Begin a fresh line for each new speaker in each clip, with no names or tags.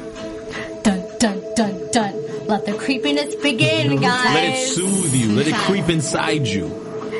Dun dun dun dun. Let the creepiness begin, guys.
Let it soothe you. Let it creep inside you.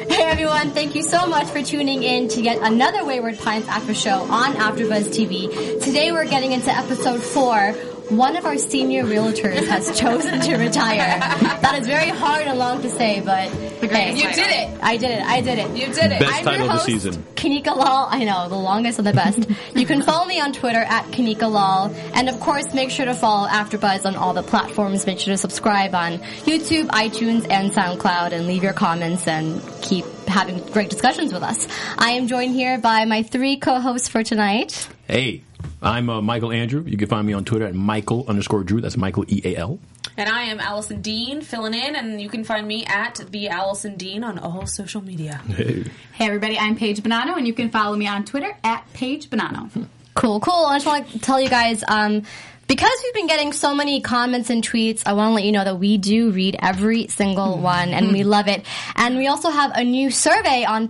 Hey everyone, thank you so much for tuning in to yet another Wayward Pines After Show on AfterBuzz TV. Today we're getting into episode four. One of our senior realtors has chosen to retire. That is very hard and long to say, but hey,
You did it.
I did it. I did it.
You did it.
Best
I'm
title
your
of the
host,
season.
Kanika Lal. I know, the longest and the best. you can follow me on Twitter at Kanika Lal. And of course, make sure to follow AfterBuzz on all the platforms. Make sure to subscribe on YouTube, iTunes, and SoundCloud and leave your comments and keep having great discussions with us. I am joined here by my three co-hosts for tonight.
Hey, I'm uh, Michael Andrew. You can find me on Twitter at Michael underscore Drew. That's Michael E A L.
And I am Allison Dean filling in, and you can find me at the Allison Dean on all social media.
Hey.
Hey everybody, I'm Paige Bonanno, and you can follow me on Twitter at Paige
Hmm.
Bonanno.
Cool, cool. I just want to tell you guys, um, because we've been getting so many comments and tweets, I want to let you know that we do read every single one and we love it. And we also have a new survey on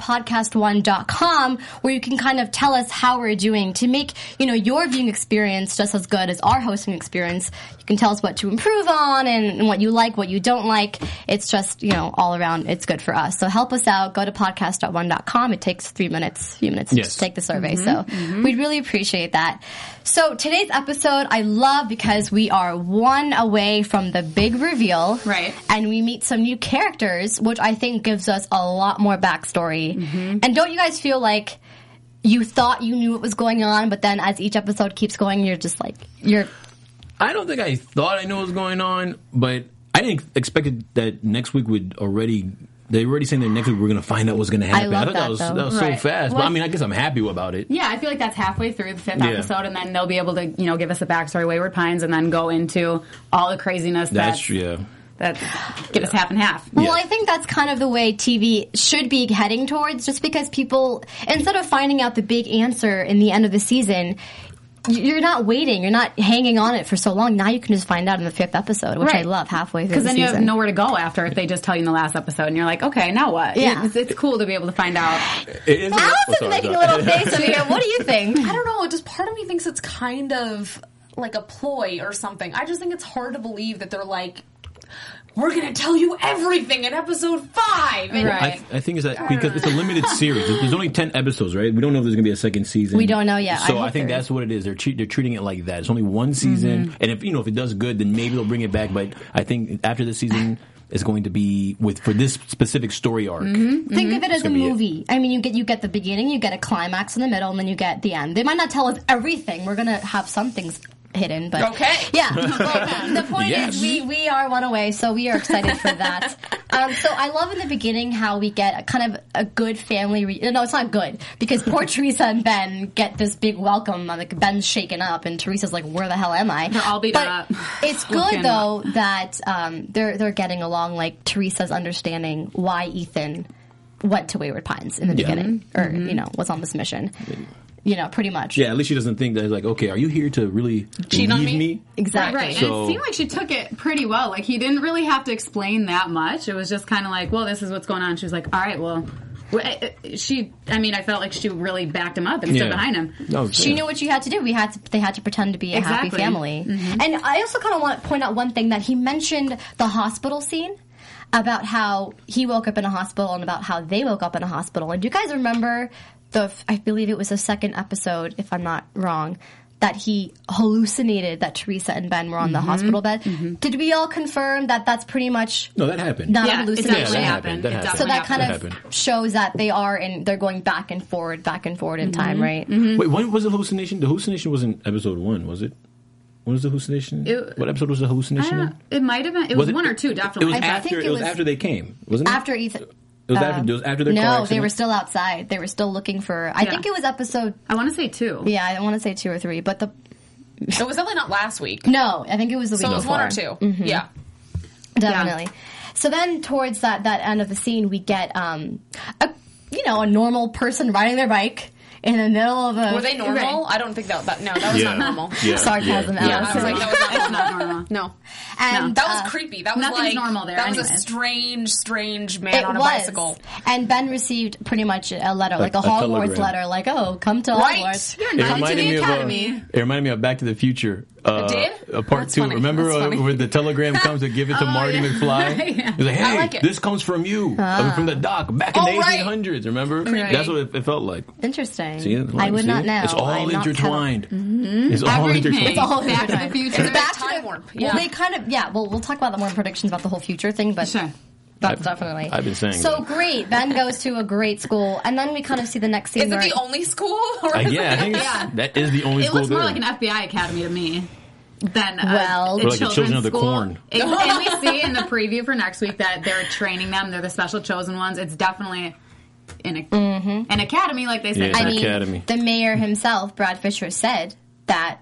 podcast1.com where you can kind of tell us how we're doing to make, you know, your viewing experience just as good as our hosting experience. You can tell us what to improve on and, and what you like, what you don't like. It's just, you know, all around, it's good for us. So help us out. Go to podcast.one.com. It takes three minutes, few minutes
Yes.
to take the survey. So we'd really appreciate that. So today's episode I love because we are one away from the big reveal.
Right.
And we meet some new characters, which I think gives us a lot more backstory.
Mm-hmm.
And don't you guys feel like you thought you knew what was going on, but then as each episode keeps going, you're just like, you're
I don't think I thought I knew what was going on, but I didn't expect it that next week would already. They were already saying that next week we're going to find out what's going to happen.
love
thought
that,
was
though.
that was
Right.
so fast, but
Well,
I mean, I guess I'm happy about it.
Yeah, I feel like that's halfway through the fifth
Yeah.
episode, and then they'll be able to, you know, give us a backstory, Wayward Pines, and then go into all the craziness
That's
that's,
yeah.
that get us half and half.
Well, I think that's kind of the way TV should be heading towards, just because people, instead of finding out the big answer in the end of the season, y- you're not waiting, you're not hanging on it for so long. Now you can just find out in the fifth episode, which I
Right.
love halfway through.
Because
the
then you have
season.
nowhere to go after if they just tell you in the last episode, and you're like, okay, now what?
Yeah.
It's, it's cool to be able to find out.
It is oh,
Allison's
sorry,
making a
sorry.
little face over here. What do you think?
I don't know, just part of me thinks it's kind of like a ploy or something. I just think it's hard to believe that they're like, we're going to tell you everything in episode five. And
Right.
I, th- I think it's that because it's a limited series. There's only ten episodes, right? We don't know if there's gonna be a second season.
We don't know yet. I
So
hope
I, think
there
that's what it is. They're tre- they're treating it like that. It's only one season, and if you know if it does good, then maybe they'll bring it back. But I think after this season is going to be with for this specific story arc.
Think of it as a
gonna be it.
movie. I mean, you get you get the beginning, you get a climax in the middle, and then you get the end. They might not tell us everything. We're gonna have some things hidden, but
Okay.
yeah. But the point
Yes.
is, we we are one away, so we are excited for that. um, so I love in the beginning how we get a kind of a good family. Re- no, it's not good because poor Teresa and Ben get this big welcome. Like Ben's shaken up, and Teresa's like, "Where the hell am I?"
They're all beat
But
up.
It's
Looking
good though that um, they're they're getting along. Like Teresa's understanding why Ethan went to Wayward Pines in the
Yeah.
beginning, or
Mm-hmm.
you know, was on this mission. You know, pretty much.
Yeah, at least she doesn't think that it's like, okay, are you here to really
Cheat on
leave
me?
Exactly.
Right,
So-
and it seemed like she took it pretty well. Like he didn't really have to explain that much. It was just kind of like, well, this is what's going on. She was like, all right, well, wh- uh, she. I mean, I felt like she really backed him up and stood
Yeah.
behind him.
No,
She
yeah.
knew what she had to do. We had to, they had to pretend to be a happy
Exactly. Mm-hmm.
family. And I also kind of want to point out one thing that he mentioned the hospital scene about how he woke up in a hospital and about how they woke up in a hospital. And do you guys remember the? f- I believe it was the second episode, if I'm not wrong. That he hallucinated that Teresa and Ben were on
Mm-hmm.
the hospital bed. Did we all confirm that that's pretty much
No, that happened.
not
Yeah,
a
it
hallucination?
definitely
Yeah, that happened.
happened.
That
It
happened.
So
definitely
that kind
happened.
of
happened.
shows that they are and they're going back and
Mm-hmm.
forward, back and forward in time, right?
Wait, when was the hallucination? The hallucination was in episode one, was it? What was the hallucination?
It-
what episode was the
I
hallucination?
don't,
in?
it might have been. It was, one or two, definitely.
It was
I
after.
think
it
it
was
was-
after they came, wasn't it?
after Ethan. um,
It was after- it was after their
no,
car
they were
accident?
still outside. They were still looking for. I
Yeah.
think it was episode.
I want to say two.
Yeah, I want to say two or three, but the
It was definitely not last week.
no, I think it was the week.
So it was one or 2
before.
Yeah.
definitely. So then, towards that that end of the scene, we get um, a you know a normal person riding their bike in the middle of a.
Were they normal? I don't think that, that no, that was not normal.
Yeah,
Sarcasm,
yeah, yeah.
I was like, that was not normal.
It's not normal.
No.
And
That
uh,
was creepy. That was
nothing's
like
normal there
That was a
anyways.
strange, strange man
It
on a
was,
bicycle.
and Ben received pretty much a letter, like a,
a
Hogwarts
telegram.
letter, like "Oh, come to
Right.
Hogwarts."
You're
It
Back to
reminded
the
me of
Academy.
uh, it reminded me of Back to the Future. Uh,
did?
uh, part
That's
two.
funny.
Remember
That's
uh,
funny.
where the telegram comes to give it to
Oh,
Marty
yeah.
McFly?
Yeah.
He's like, "Hey,
like it.
this comes from you, I mean, from the doc back in
Oh,
the
right.
1800s." Remember?
Right.
That's what it, it felt like.
Interesting.
See,
I would
see?
not know.
It's all
I'm not Mm-hmm.
intertwined. It's all
Everything.
intertwined.
It's all
Back to the future.
It's back-
to
Time
the-
warp,
Well,
yeah.
they kind of yeah. Well, we'll talk about that more in predictions about the whole future thing, but
Sure.
that's
I've-
definitely.
I've been saying
So
that.
great. Ben goes to a great school, and then we kind of see the next scene.
Is it
where-
the only school? Or
I,
is
yeah, I
it-
think it's,
Yeah.
that is the only
It
school
looks more
there.
like an FBI academy to me than a,
Well-
a
Or like
the
children's
Children of the
school.
Corn.
It- and we see in the preview for next week that they're training them. They're the special chosen ones. It's definitely an, a an academy, like they
Yeah,
said.
it's
I
an
mean,
academy.
the mayor himself, Brad Fisher, said that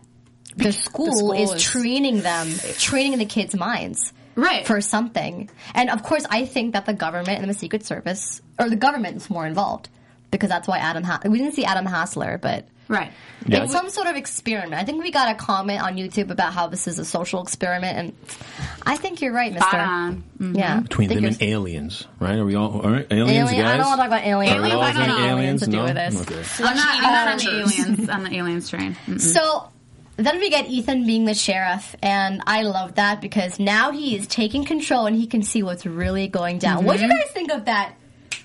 the school,
school
is,
is-
training them, training the kids' minds.
Right.
For something. And of course, I think that the government and the Secret Service, or the government's more involved. Because that's why Adam, ha- we didn't see Adam Hassler, but
right.
Yeah,
it's
I-
some sort of experiment. I think we got a comment on YouTube about how this is a social experiment, and I think you're right, Mister.
Spot on. Mm-hmm.
Yeah,
between
I think
them and
you're-
aliens, right? Are we all, all right, aliens,
Alien-
guys?
I don't want to talk about aliens.
Are we all
I don't
saying
know.
aliens?
To do
no?
with this.
Okay.
I'm not, I'm not on the
Adventures.
aliens on the aliens train. Mm-mm.
So then we get Ethan being the sheriff, and I love that because now he is taking control and he can see what's really going down. What do
Mm-hmm.
you guys think of that?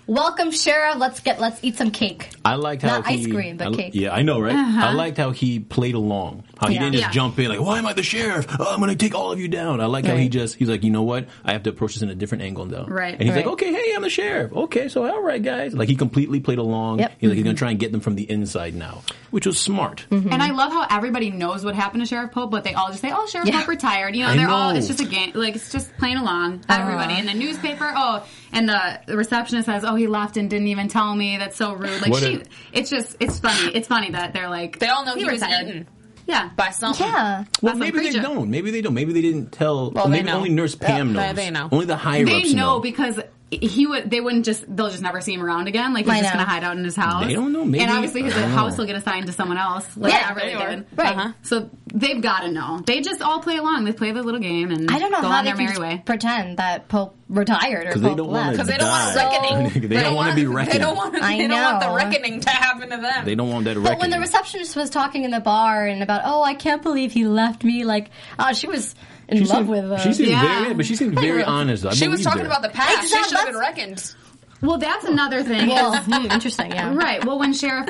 Welcome, sheriff. Let's get let's eat some cake.
I liked how
Not
he,
ice cream, but
I li-
cake.
Yeah, I know, right? I liked how he played along. How he
Yeah.
didn't just
Yeah.
jump in like, "Why am I the sheriff? Oh, I'm going to take all of you down." I like how he
Right.
just he's like, "You know what? I have to approach this in a different angle now."
Right.
And he's
Right.
like, "Okay, hey, I'm the sheriff. Okay, so all right, guys." Like he completely played along.
Yep.
He's like, "He's going to try and get them from the inside now," which was smart.
And
Mm-hmm.
I love how everybody knows what happened to Sheriff Pope, but they all just say, "Oh, Sheriff
Yeah.
Pope retired." You know,
I
they're all
know.
it's just a game, like it's just playing along.
Uh-huh.
Everybody in the newspaper. Oh, and the the receptionist says, "Oh, he left and didn't even tell me." That's so rude. Like
What
she,
a-
it's just it's funny. It's funny that they're like
They all know he was
retired.
eaten.
Yeah,
by something.
Yeah,
Well,
That's
maybe
some
they
preacher.
don't. Maybe they don't. Maybe they didn't tell.
Well, they
maybe
know.
only Nurse Pam
Yeah,
knows.
they know.
Only the higher
they
ups
know because. He would. They wouldn't just. They'll just never see him around again. Like he's
I
just
know.
gonna hide out in his house.
They don't know. Maybe-
and obviously his
I don't
house
know.
will get assigned to someone else. Like,
Yeah,
yeah, really
they are.
did.
right. Uh-huh.
So they've got to know. They just all play along. They play their little game and
I don't know
go
how
on
they
their
can
merry
just
way.
pretend that Pope retired or
because
Pope
they don't
left.
want to.
Because they don't want reckoning.
they don't want to be reckoned.
They don't want.
I
They don't want the
know.
reckoning to happen to them.
They don't want that.
But when the receptionist was talking in the bar and about, oh, I can't believe he left me, like, oh, she was in
She
love
seemed,
with. Uh,
she seemed
Yeah.
very, yeah, but she seemed very honest. though. I
She was
believed
talking
her.
about the past.
Exact-
She should have been
that's-
reckoned.
Well, that's another thing.
well, hmm, interesting. Yeah,
right. Well, when sheriff,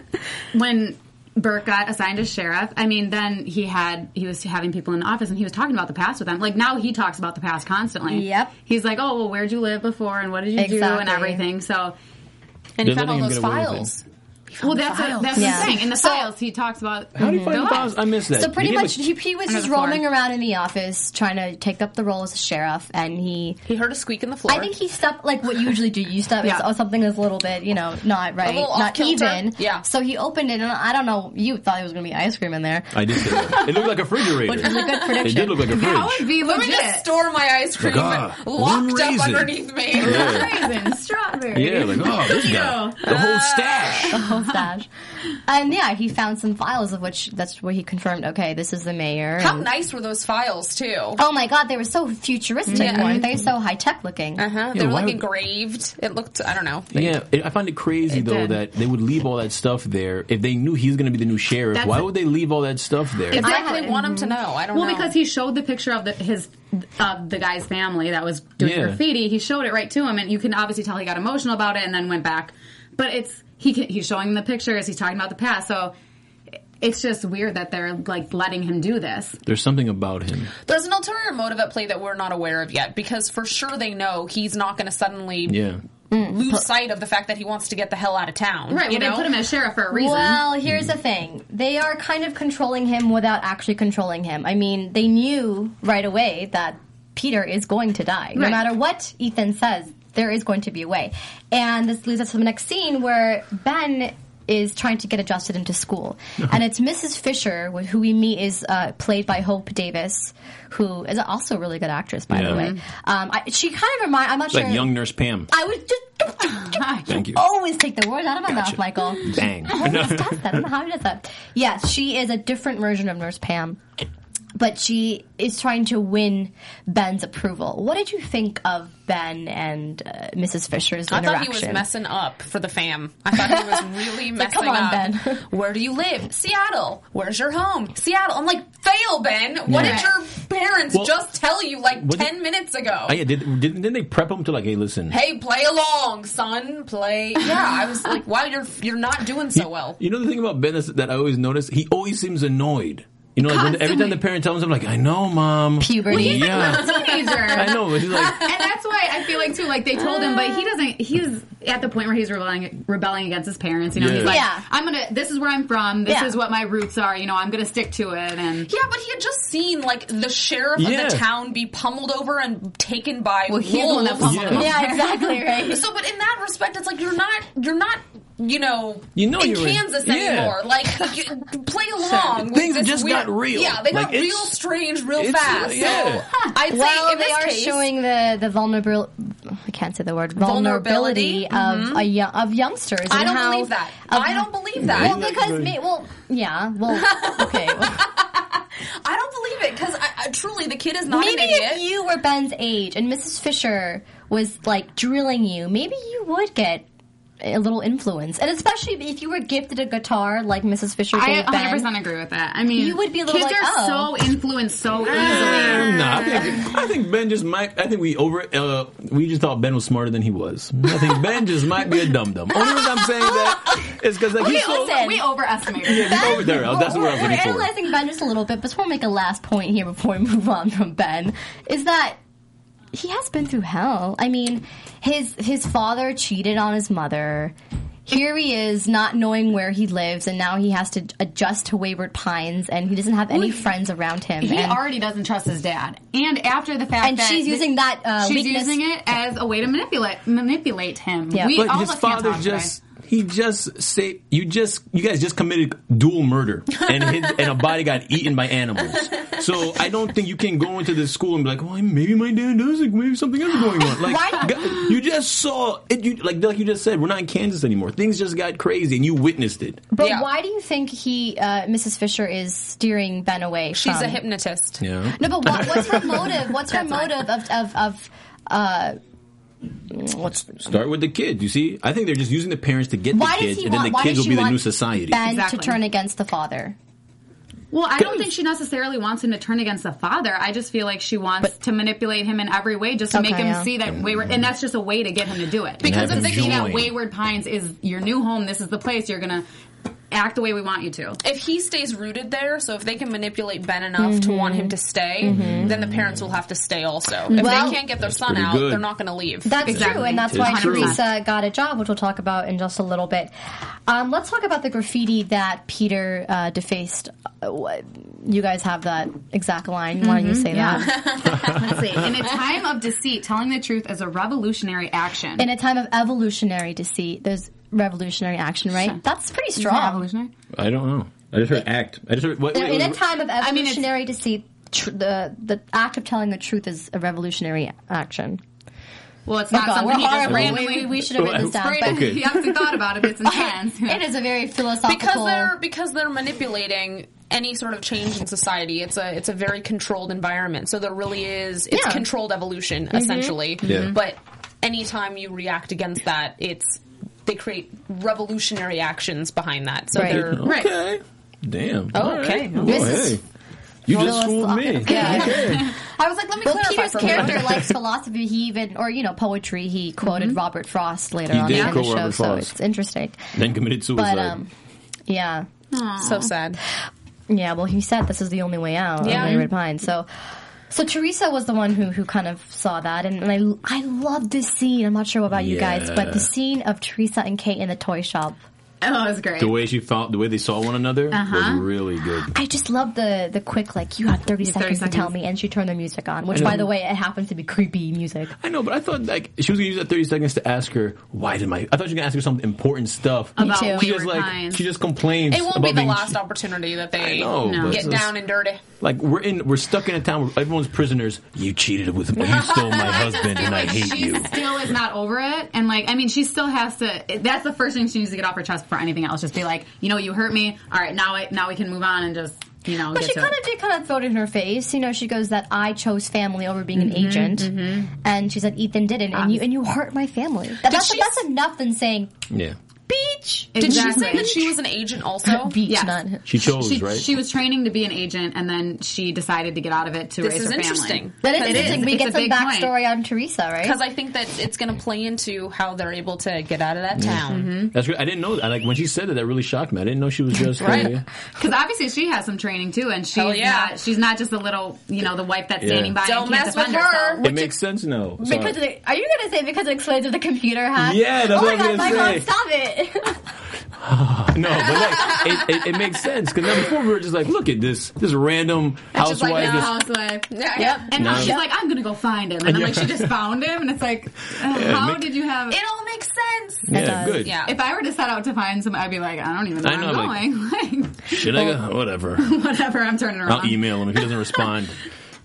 when Burke got assigned as sheriff, I mean, then he had he was having people in the office, and he was talking about the past with them. Like now, he talks about the past constantly.
Yep.
He's like, oh, well, where'd you live before, and what did you do, and
Exactly.
everything. So,
And he
They're
found all
letting
those
him get away with
files.
well, that's a,
files.
that's the
Yeah.
thing. In the
So-
files, he talks about
How do you
Mhm.
find the
their
files?
lives.
I missed that.
So pretty
They give
much,
a-
he, he was
Under
just
the floor.
roaming around in the office trying to take up the role as a sheriff, and he.
He heard a squeak in the floor.
I think he stepped like what you usually do. You step
Yeah.
it's, oh, something is a little bit, you know, not right,
little
not
off-kilter.
even.
Yeah.
So he opened it, and I don't know. You thought it was going to be ice cream in there.
I did. Say that. It looked like a refrigerator.
Good
it
prediction.
did look like a
That
fridge.
would be
Let me
legit.
just store my ice cream
God, one
locked up
raisin.
underneath me.
Raisin, strawberry.
yeah, like oh, this guy, the whole stash.
whole stash. And yeah, he found some files of which that's where he confirmed. Okay, this is the mayor.
How
and-
nice were those files too?
Oh my god, they were so futuristic, weren't they? So high tech looking.
Uh-huh. They were
why
like
would-
engraved. It looked. I don't know.
Yeah, it, I find it crazy though
did.
that they would leave all that stuff there if they knew he was going to be the new sheriff.
That's
why
a-
would they leave all that stuff there?
I
had-
really want him to know. I don't
Well,
know.
because he showed the picture of the, his of the guy's family that was doing
Yeah.
graffiti. He showed it right to him, and you can obviously tell he got emotional about it, and then went back. But it's he can, he's showing the pictures. He's talking about the past, so it's just weird that they're like letting him do this.
There's something about him.
There's an ulterior motive at play that we're not aware of yet, because for sure they know he's not going to suddenly
Yeah.
lose sight of the fact that he wants to get the hell out of town.
Right,
you
well, they
know?
put him as sheriff for a reason.
Well, here's the thing. They are kind of controlling him without actually controlling him. I mean, they knew right away that Peter is going to die. No
Right.
matter what Ethan says, there is going to be a way. And this leads us to the next scene where Ben is trying to get adjusted into school. And it's Mrs. Fisher, wh- who we meet is uh, played by Hope Davis, who is also a really good actress, by
Yeah.
the way. Um, I, she kind of reminds, I'm not
Like
sure.
young nurse Pam.
I would just
Thank you.
always take the words out of my
Gotcha.
mouth, Michael.
Dang.
How does that? I don't know how he does that. Yes, she is a different version of Nurse Pam, but she is trying to win Ben's approval. What did you think of Ben and uh, Mrs. Fisher's
I thought
interaction?
he was messing up for the fam. I thought he was really
Like,
messing
come on,
up.
Ben.
Where do you live? Seattle. Where's your home? Seattle. I'm like, fail, Ben. What
Right.
did your parents
Well,
just tell you like
what
ten
did-
minutes ago?
Oh, yeah, did, didn't, didn't they prep him to like, hey, listen.
hey, play along, son. Play. Yeah, I was like, wow, you're you're not doing so well.
You know the thing about Ben is that I always notice? He always seems annoyed. You know, like when, every time
Constantly.
the parent tells him, like, I know, mom.
Puberty. Well, he's like,
yeah.
Teenager.
I know, but he's like,
and that's why I feel like too, like they told him, but he doesn't. He's at the point where he's rebelling, rebelling against his parents. You know,
Yeah.
he's like,
Yeah.
I'm gonna. This is where I'm from. This
Yeah.
is what my roots are. You know, I'm gonna stick to it. And
Yeah, but he had just seen like the sheriff
Yeah.
of the town be pummeled over and taken by
Well, he's the one that
wolves.
pummeled
Yeah.
him.
yeah, exactly right.
So, but in that respect, it's like you're not, you're not, you know,
You know
in
you're in-
Kansas
yeah.
anymore. Like, you, play along. with
Things
this
just
weird-
got real.
Yeah, they
Like,
got
it's-
real strange, real
it's-
fast.
yeah.
So, I'd say
Well,
in
they
this
are
case,
showing the the vulnerability. I can't say the word vulnerability,
Vulnerability, Mm-hmm.
of a young, of youngsters. and
I don't
how-
believe that.
of-
I don't believe that.
Well, because me, well, yeah, well, okay. well-
I don't believe it because I, I, truly the kid is not
maybe
an idiot.
if you were Ben's age and Mrs. Fisher was like drilling you, maybe you would get a little influence, and especially if you were gifted a guitar like Mrs. Fisher
I
gave
100
Ben.
percent agree with that. I mean,
You would be a little
kids
like,
are
oh.
so influenced so easily.
Nah, I think, I think Ben just might. I think we over. Uh, we just thought Ben was smarter than he was. I think Ben just might be a dum dum. Only reason I'm saying that is because like he's so.
listen.
We overestimated.
He's over there. That's what I was
we're
looking for.
analyzing Ben just a little bit, but just want to make a last point here before we move on from Ben. Is that he has been through hell. I mean, his his father cheated on his mother. Here he is, not knowing where he lives, and now he has to adjust to Wayward Pines, and he doesn't have any friends around him.
He
and
already doesn't trust his dad, and after the fact
And
that
she's using that, uh,
she's
weakness-
using it as a way to manipulate manipulate him.
Yeah.
We,
But
all
his
of us can't
father
talk today.
just. He just say you just you guys just committed dual murder and his, and a body got eaten by animals. So I don't think you can go into this school and be like, oh, maybe my dad does it. Maybe something else is going on.
Why-
Like gu- you just saw it. You like like you just said, we're not in Kansas anymore. Things just got crazy, and you witnessed it.
But
Yeah.
why do you think he, uh, Mrs. Fisher, is steering Ben away?
She's
Um,
from-
a hypnotist.
Yeah.
No, but what, what's her motive? What's her motive of of of uh, what's
Start with the kids. You see, I think they're just using the parents to get
why
the
does
kids,
he
and then
want?
the
why
kids
does
will
she
be the
want
new society.
Ben
Exactly.
to turn against the father?
Well, I don't think she necessarily wants him to turn against the father. I just feel like she wants to manipulate him in every way just to make
Okay,
him
yeah.
see that wayward, and that's just a way to get him to do it.
have
Because
him
of thinking
join.
that Wayward Pines is your new home, this is the place you're gonna act the way we want you to.
If he stays rooted there, so if they can manipulate Ben enough to
Mm-hmm.
want him to stay, then the parents will have to stay also. If
Well-
they can't get their son
pretty
out,
good.
they're not going to leave.
That's
Exactly.
true, and that's
It's
why
true.
Teresa got a job, which we'll talk about in just a little bit. Um, let's talk about the graffiti that Peter uh, defaced. Uh, wh- You guys have that exact line. Why
Mm-hmm.
don't you say that?
Let's see. In a time of deceit, telling the truth is a revolutionary action.
In a time of evolutionary deceit, there's revolutionary action, right? That's pretty
Is that
strong.
revolutionary?
I don't know. I just heard act. I just heard. Wait,
They're
wait,
in a
wait.
time of
mean, it's-
evolutionary deceit, tr- the the act of telling the truth is a revolutionary action.
Well, it's
Oh
not
God,
something
we're
he just
horrible.
randomly.
We- we should have written this down,
Right,
but-
Okay.
You have to thought about it. It's intense.
It is a very philosophical.
because they're because they're manipulating any sort of change in society. It's a it's a very controlled environment. So there really is it's
Yeah.
controlled evolution essentially.
Yeah.
But anytime you react against that, it's they create revolutionary actions behind that. So
Right.
they're
Right.
Okay. Damn.
Oh, okay.
Well,
This is
hey. You just fooled me.
philosophical. Yeah.
Okay.
I was like, let me
Well,
clarify
Peter's
for a minute.
character likes philosophy. He even, or you know, poetry. He quoted Robert Frost later
He
on
did
in the
quote
show,
Robert
so
Frost.
it's interesting.
Then committed suicide.
But um, yeah,
So sad.
yeah. Well, he said this is the only way out.
Yeah.
Yeah, Wayward Pine. So, So Teresa was the one who who kind of saw that, and, and I I love this scene. I'm not sure about you guys, but
Yeah.
the scene of Teresa and Kate in the toy shop.
Oh, it was great.
The way she found, the way they saw one another
Uh-huh.
was really good.
I just love the the quick like you have 30 seconds,
30
to tell
seconds.
me, and she turned the music on. Which, by the way, it happens to be creepy music.
I know, but I thought like she was gonna use that thirty seconds to ask her why did my. I thought she was gonna ask her some important stuff.
About
too.
she
Wayward
just like
Pines.
she just complains.
It won't
about
be the
being-
last opportunity that
I
they
know,
No.
but
get
it's
down and dirty.
Like we're in, we're stuck in a town where everyone's prisoners. You cheated with me. You stole my husband, and I hate
she
you.
still is not over it, and like I mean, she still has to. That's the first thing she needs to get off her chest before anything else. Just be like, you know, you hurt me. All right, now I now we can move on and just you know.
But
get
she
to
kind
it.
of did kind of throw it in her face. You know, she goes that I chose family over being an agent, and she said Ethan didn't, and you and you hurt my family. That- that's
she
that's
s-
enough than saying
Yeah,
beach.
Did
Exactly.
she say that she was an agent also?
Beach,
Yes.
not
she chose
she,
right.
she was training to be an agent, and then she decided to get out of it to
This
raise
is
her family.
interesting.
That is
But it
interesting.
is.
We
It's
get
a
some
big point.
backstory on Teresa, right?
Because I think that it's going to play into how they're able to get out of that town.
That's great. I didn't know that. Like when she said it, that really shocked me. I didn't know she was just
Right.
Because obviously she has some training too, and she's
Hell yeah.
not she's not just a little you know the wife that's
Yeah.
standing by.
Don't
and can't
mess with
defend
her.
herself.
It makes sense now.
Because of
Sorry.
the, are you gonna say because it explains with the computer hack?
Yeah, that's
oh
what
my
I'm
god, my
gonna say.
mom, stop it!
no, but like it, it, it makes sense because now before we were just like, look at this this random
just like,
housewife.
no.
just-
Housewife.
Yeah.
And
No.
she's like, I'm gonna go find him, and I'm like, she just found him, and it's like, uh, how
make-
did you have?
It all makes sense.
yeah,
does.
good.
Yeah.
If I were to set out to find some, I'd be like, I don't even know
I
where
know,
I'm going. Like,
Should I go? Whatever.
whatever, I'm turning around.
I'll email him if he doesn't respond.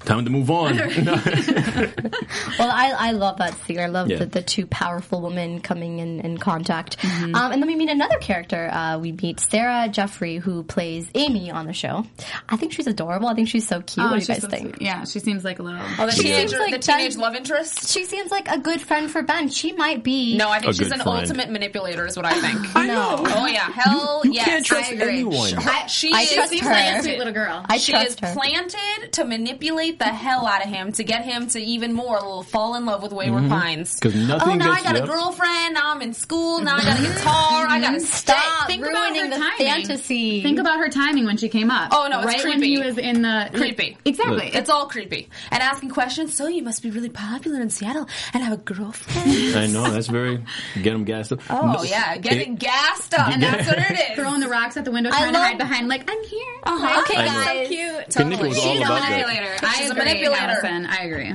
Time to move on. No.
well, I, I love that scene. I love
Yeah.
the, the two powerful women coming in, in contact. Um, and then we meet another character. Uh, we meet Sarah Jeffrey, who plays Amy on the show. I think she's adorable. I think she's so cute.
Oh,
what do you
she's
guys
so
think?
sweet. Yeah, she seems like a little.
Oh, the
She
teenage,
seems
like
the teenage
Ben-
love interest?
She seems like a good friend for Ben. She might be.
No, I think
A
she's
good
an
friend.
ultimate manipulator, is what I think.
No.
Oh yeah, hell
you
yes.
can't trust
I agree.
anyone.
Her- She,
I
is
trust
seems
her.
like a
Sweet
sweet
little girl.
I
she
trust
is
her.
planted to manipulate the hell out of him to get him to even more fall in love with Wayward Pines.
Because nothing
Oh, now
gets
I got
yep.
a girlfriend. Now I'm in school. Now I got a guitar. I got to
Stop
Think about
ruining
her
the
time.
fantasy.
Think about her timing when she came up.
Oh, no, it's
right when
creepy.
he was in the
Creepy.
Exactly.
Look.
It's all creepy. And asking questions. So you must be really popular in Seattle and have a girlfriend.
I know that's very get him gassed up.
oh yeah, getting gassed up.
Yeah.
That's what it is.
throwing the rocks at the window, trying to
love-
hide behind, like I'm here.
Uh-huh. Okay,
I know.
guys.
cute.
Totally. Nicole's all
She's a
about that.
manipulator.
I
She's a
agree,
manipulator.
Allison. I agree.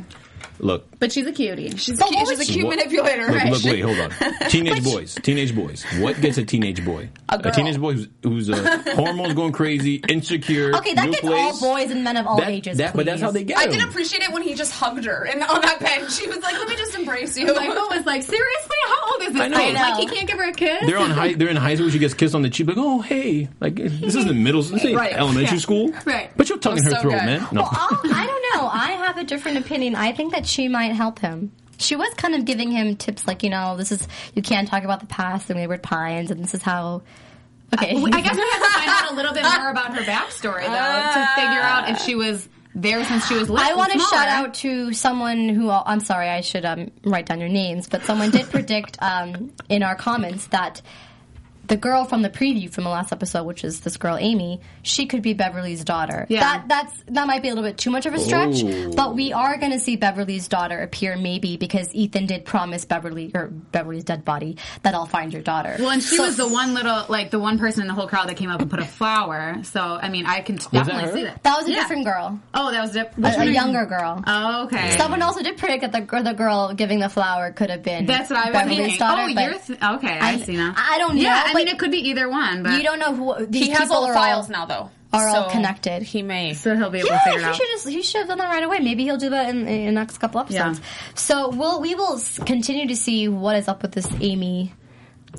Look,
But she's a cutie. She's
She's a cute, she's a cute
What-
manipulator.
Look, look, wait, hold on. Teenage boys, teenage boys. What gets a teenage boy?
A girl.
teenage boy who's, who's uh, hormones going crazy, insecure.
Okay, that
new
gets
place.
all boys and men of all
That-
ages.
that- but that's how
please.
they get.
I
him.
did appreciate it when he just hugged her and on that bench. She was like, oh "Let me just embrace you."
like, what was like, seriously? How old is this?
I know.
kid? Like,
I
he
know.
can't give her a kiss?
They're on high. They're in high school. She gets kissed on the cheek. Like, oh hey, like this isn't middle. This ain't
Right,
elementary
yeah.
school.
Right.
But you're tongue in her
so
throat,
good.
man. No.
Well, I'll, I don't know. I have a different opinion. I think that she might help him. She was kind of giving him tips, like you know, this is you can't talk about the past and wayward pines, and this is how. Okay,
I guess we have to find out a little bit more about her backstory, though, to figure out if she was there since she was little.
I want to
smaller.
shout out to someone who I'm sorry, I should um, write down your names, but someone did predict um, in our comments that the girl from the preview from the last episode, which is this girl Amy, she could be Beverly's daughter.
Yeah.
That that's that might be a little bit too much of a stretch,
Oh.
but we are going to see Beverly's daughter appear maybe because Ethan did promise Beverly or Beverly's dead body that I'll find your daughter.
Well, and she was the one little, like the one person in the whole crowd that came up and put a flower. So, I mean, I can definitely
her?
see that.
that was a
Yeah.
different girl,
Oh, that was dip-
a, a younger girl.
Oh, okay.
Someone also did predict that the, gr- the girl giving the flower could have been
That's what I was
Beverly's
thinking.
daughter.
oh,
but
you're th- okay. I,
I-
see now.
I don't know,
Yeah, I mean,
but-
it could be either one, but
you don't know who these
he has
people
all the
are
files now, though.
are all connected.
He may.
so he'll be able to
Yeah,
figure it
he
out.
should just he should have done that right away. Maybe he'll do that in, in the next couple episodes.
Yeah.
So we'll we will s- continue to see what is up with this Amy.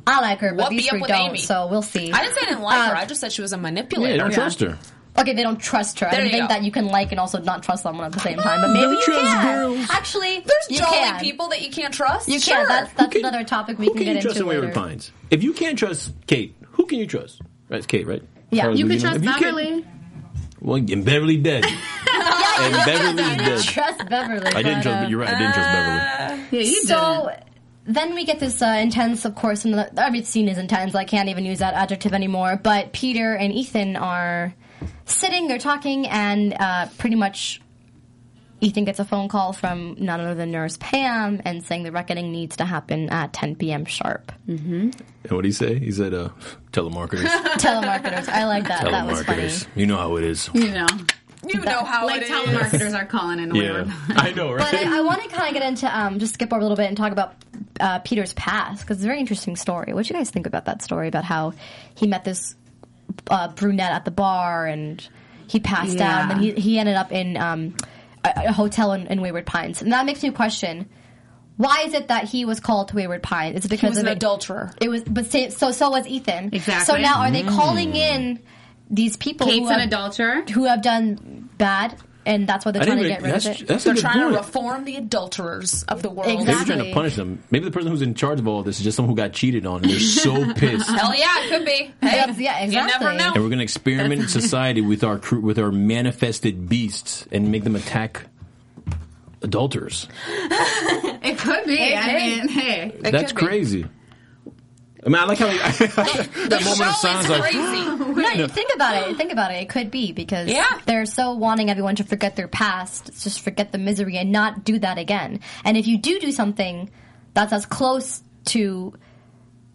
I like her, but
What be
these
up
three
with
don't.
Amy?
So we'll see.
I didn't say I didn't like her.
Uh,
I just said she was a
yeah,
manipulator.
don't trust her.
Okay, they don't trust her. I
There
don't
you
think
go.
that you can like and also not trust someone at the same time. But maybe you
trust
can.
girls.
Actually,
There's
you
jolly
can.
people that you can't trust.
You
sure.
can. That's that's
Who can-
another topic we
who
can, get
you trust
into
in
later.
Wayward Pines? If you can't trust Kate, who can you trust? Right, it's Kate, right? As
Yeah.
far as
You
we
could
know.
trust
If you can't-
Beverly.
Well, and Beverly dead.
Yeah,
And Beverly's
I didn't
dead.
trust Beverly.
I didn't
but,
trust.
uh,
But you're right. I didn't trust Beverly.
Yeah, you
So then we get this uh, intense, of course, and the, every scene is intense. I can't even use that adjective anymore. But Peter and Ethan are sitting, they're talking, and uh, pretty much Ethan gets a phone call from none other than Nurse Pam and saying the reckoning needs to happen at 10 p.m. sharp.
And what did he say? He said, uh, telemarketers.
Telemarketers. I like that. That was funny.
telemarketers. You know how it is.
You know,
You know how
like
it is.
telemarketers are calling in.
Yeah.
Yeah.
I know, right?
But I, I want to kind of get into, um, just skip over a little bit and talk about uh, Peter's past because it's a very interesting story. What do you guys think about that story about how he met this uh, brunette at the bar and he passed
Yeah.
out and then he, he ended up in um, a, a hotel in, in Wayward Pines? And that makes me question why is it that he was called to Wayward Pines? Is it because
was
of
an
it-
adulterer.
It was, but say, so so was Ethan.
Exactly. Mm.
So now are they calling in these people
Kate's
who
an
have,
adulterer.
who have done bad? And that's what they're
I
trying
didn't
to
make,
get rid
that's,
of it.
that's a
They're
good
trying to
point.
reform the adulterers of the world.
Maybe they're
Exactly.
trying to punish them. Maybe the person who's in charge of all this is just someone who got cheated on. and They're so pissed.
Hell yeah, it could be.
Yeah,
Hey,
yeah,
You
exactly.
never know.
and we're going to experiment in society with our cru- with our manifested beasts and make them attack adulterers.
It could be. I
hey.
mean, hey.
That's
could be.
crazy. I mean, I like how they, that moment of silence.
Show is
Like,
crazy.
No, you think about it. Think about it. It could be because
Yeah.
they're so wanting everyone to forget their past, just forget the misery and not do that again. And if you do do something that's as close to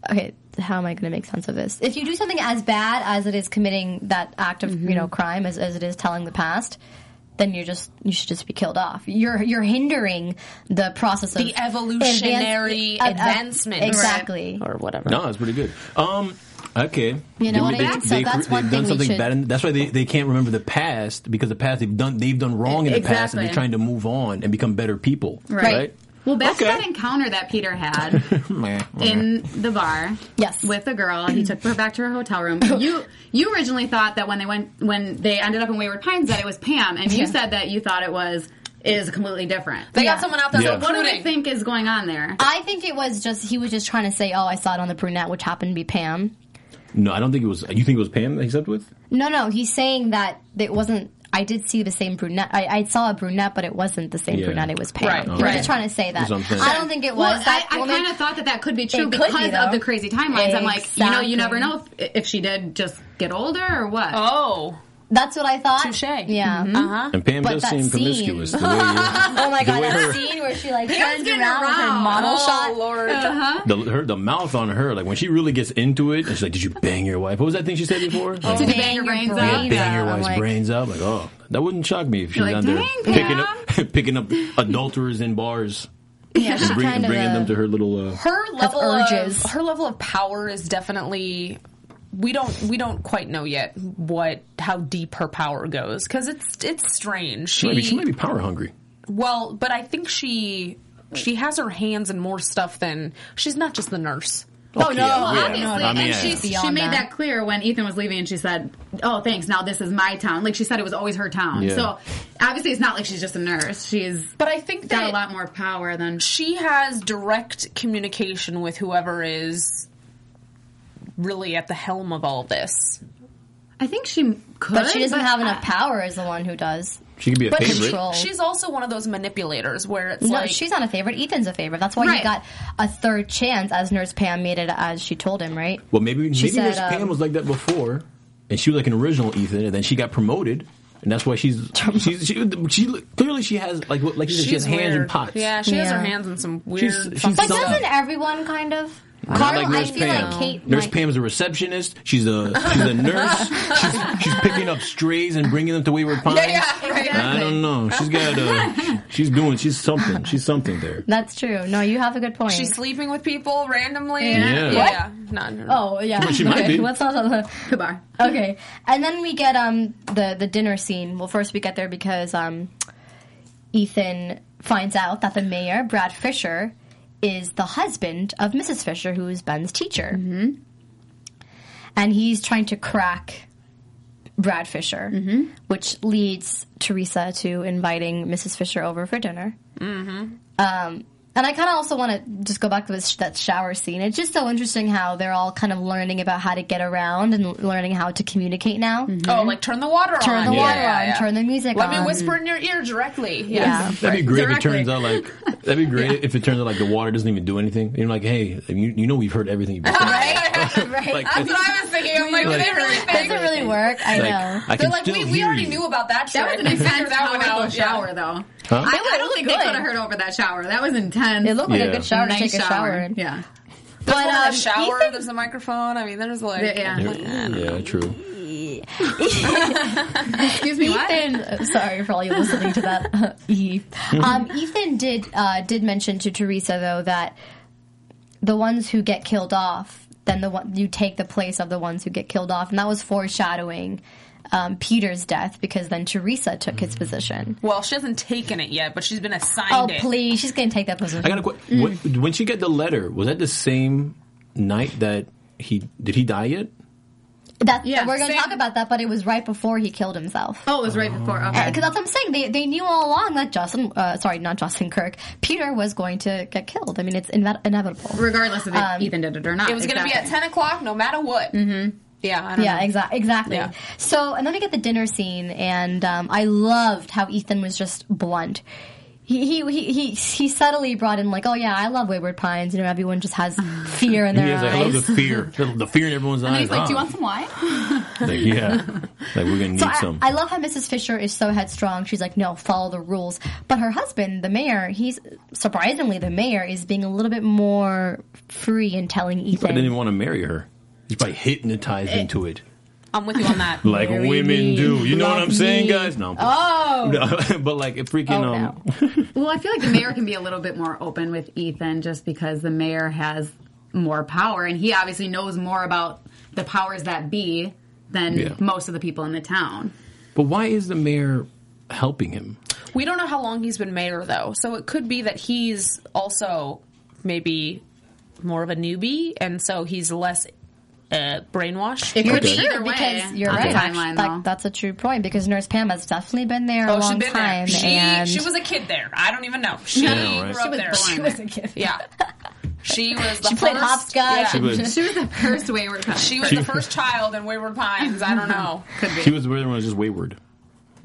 okay, how am I going to make sense of this? If you do something as bad as it is committing that act of
Mm-hmm.
you know crime as, as it is telling the past. Then you're just you should just be killed off. You're you're hindering the process of
The evolutionary
advance- of- of-
advancement.
exactly, or whatever.
no, that's pretty good. Um, okay.
You know
They-
what I
they-
mean? So
they-
that's one
they've
thing
done
we
something
should-
bad. In, that's why they, they can't remember the past because the past they've done they've done wrong in the past and
Exactly.
they're trying to move on and become better people.
Right.
right? Hmm,
Well, back
Okay.
to that encounter that Peter had in the bar.
Yes.
With the girl, he took her back to her hotel room. You you originally thought that when they went when they ended up in Wayward Pines that it was Pam, and you
Yeah.
said that you thought it was is completely different.
They
Yeah.
got someone out there
Yeah.
What do we
recruiting.
think is going on there?
I think it was just he was just trying to say, "Oh, I saw it on the brunette," which happened to be Pam.
No, I don't think it was. You think it was Pam that he slept with?
No, no, he's saying that it wasn't. I did see the same brunette. I, I saw a brunette, but it wasn't the same
Yeah.
brunette. It was Pam.
Right,
he was
right.
just trying to say that.
That's what I'm saying.
I don't think it was.
Well,
that
I, I
woman-
kind of thought that that could be true
It could be,
because of
though.
the crazy timelines. I'm like, you know, you never
Exactly.
know if, if she did just get older or what.
Oh.
that's what I thought.
Touche.
Yeah.
Mm-hmm.
Uh-huh.
And Pam
But
does
that
seem
scene-
promiscuous. The way you,
Oh my god,
way
that
her-
scene where she like turns
getting
around, with her
around.
model
oh,
shot.
Lord.
the her the mouth on her, like when she really gets into it, and she's like, "Did you bang your wife?" What was that thing she said before? Like,
Did you bang your brains out?
yeah,
bang
bang your
Oh, I'm
wife's
like,
brains out. Like, oh, that wouldn't shock me if she's
You're like,
out there
"Dang,
picking
Pam."
up picking up adulterers in bars
Yeah, she
and bring,
kind of
bringing
uh,
them to her little. Uh,
her level
urges.
of her level of power is definitely we don't we don't quite know yet what how deep her power goes because it's it's strange.
she, might be, she
She
might be power hungry.
well, but I think she she has her hands in more stuff than she's not just the nurse.
Oh no,
yeah, yeah.
obviously,
I mean,
and
yeah.
she's
she
beyond
made that. clear when Ethan was leaving, and she said, "Oh, thanks. Now this is my town." Like she said, it was always her town.
Yeah.
So obviously, it's not like she's just a nurse. She's
But I think that
got a lot more power than
she has direct communication with whoever is really at the helm of all this.
I think she could.
But she doesn't have
I-
enough power. Is the one who does.
She could be a
But
favorite.
control.
She's also one of those manipulators where it's
No,
like
she's not a favorite. Ethan's a favorite. That's why
Right.
he got a third chance, as Nurse Pam made it, as she told him, right?
Well, maybe
She
maybe
said,
Miss Pam
um,
was like that before, and she was like an original Ethan, and then she got promoted, and that's why she's she's she, she clearly she has like what like you said, she has hands in
weird.
pots.
Yeah, she has her
Yeah.
hands in some weird.
She's- she's
fucking
But
So-
stuff.
doesn't everyone kind of?
Not
Carl,
like Nurse
I feel
Pam.
like Kate.
Nurse
might-
Pam's a receptionist. She's a she's a nurse. she's, she's picking up strays and bringing them to Wayward Pines. I don't know. She's got a, she's doing she's something. She's something there.
That's true. No, you have a good point.
She's sleeping with people randomly.
Yeah.
yeah.
What?
Not,
oh yeah,
Well, she might
okay.
be.
Let's not.
Goodbye.
Okay, and then we get um the the dinner scene. Well, first we get there because um Ethan finds out that the mayor Brad Fisher is the husband of Mrs. Fisher, who is Ben's teacher, mm-hmm. and he's trying to crack Brad Fisher, mm-hmm. which leads Teresa to inviting Mrs. Fisher over for dinner. And I kind of also want to just go back to this, that shower scene. It's just so interesting how they're all kind of learning about how to get around and learning how to communicate now.
Oh, like turn the water on.
Turn the
Yeah.
water
Yeah,
on,
yeah.
turn the music
Let
on.
me whisper in your ear directly.
Yeah.
Yes.
That'd be great
Directly.
if it turns out like that'd be great if it turns out like the water doesn't even do anything. You're like, hey, you, you know we've heard everything you've been saying.
Right?
right.
Like,
That's what I was thinking. I'm like,
Like-
did they really
Doesn't
think?
really work. I
like,
know.
I
They're
can
like,
still
we,
hear
we already
you.
knew about that shit.
That was an
We figured
intense,
that one
powerful
out.
shower, though. I,
It
I don't
looked
think
good.
they could have heard over that shower. That was intense.
It looked like
Yeah.
a good shower
Nice
to take a shower in.
Yeah.
But
There's
um,
a shower.
Ethan-
There's a microphone. I mean, there's like
Yeah.
Yeah, true.
Excuse me. What?
Ethan, sorry for all you listening to that. E. um, Ethan did uh, did mention to Teresa though that the ones who get killed off, then the one you take the place of the ones who get killed off, and that was foreshadowing um, Peter's death because then Teresa took his position.
Well, she hasn't taken it yet, but she's been assigned
Oh
it.
please, she's gonna take that position.
I got a question. When she got the letter, was that the same night that he did he die yet?
that,
Yeah,
we're gonna
same-
talk about that, but it was right before he killed himself.
Oh, it was right before. Okay.
Because that's what I'm saying. They, they knew all along that Justin, uh, sorry, not Justin Kirk, Peter was going to get killed. I mean, it's inve- inevitable.
Regardless of if
um,
Ethan did it or not,
It was going to be at ten o'clock, no matter what. Mm-hmm. Yeah. I don't
Yeah,
know.
exa- exactly.
Yeah.
So, and then we get the dinner scene, and um, I loved how Ethan was just blunt. He, he he he he subtly brought in like, oh yeah, I love Wayward Pines. You know, everyone just has fear in
He
their
is like, I
eyes.
love the fear, the, the fear in everyone's eyes.
He's like,
Ah.
"Do you want some wine?"
Like, yeah, like we're gonna need
So I,
some.
I love how Mrs. Fisher is so headstrong. She's like, no, follow the rules. But her husband, the mayor, he's surprisingly the mayor is being a little bit more free in telling
I
Ethan.
didn't even want to marry her. He's probably
Eh,
hypnotized into it,
I'm with you on that.
like
Marry
women
me.
do. You know what
Love
I'm saying,
me.
guys? No,
Oh.
No, but like it freaking
Oh,
um,
no.
Well, I feel like the mayor can be a little bit more open with Ethan just because the mayor has more power and he obviously knows more about the powers that be than
Yeah.
most of the people in the town.
But why is the mayor helping him?
We don't know how long he's been mayor though, so it could be that he's also maybe more of a newbie, and so he's less uh, brainwashed.
It
You're
could be
true
either way
because you're
on the
right.
timeline,
Like,
though.
that's a true point because Nurse Pam has definitely been there a
Oh, she's
long
been
time.
there. She,
and
she was a kid there. I don't even know. She
Yeah, right.
grew up there.
She was born there.
Yeah, she was. The
She played
first,
hopscotch.
Yeah.
She was-
She was the first wayward couple.
She was the first child in Wayward Pines. I don't know.
could be.
He was the other one was just wayward.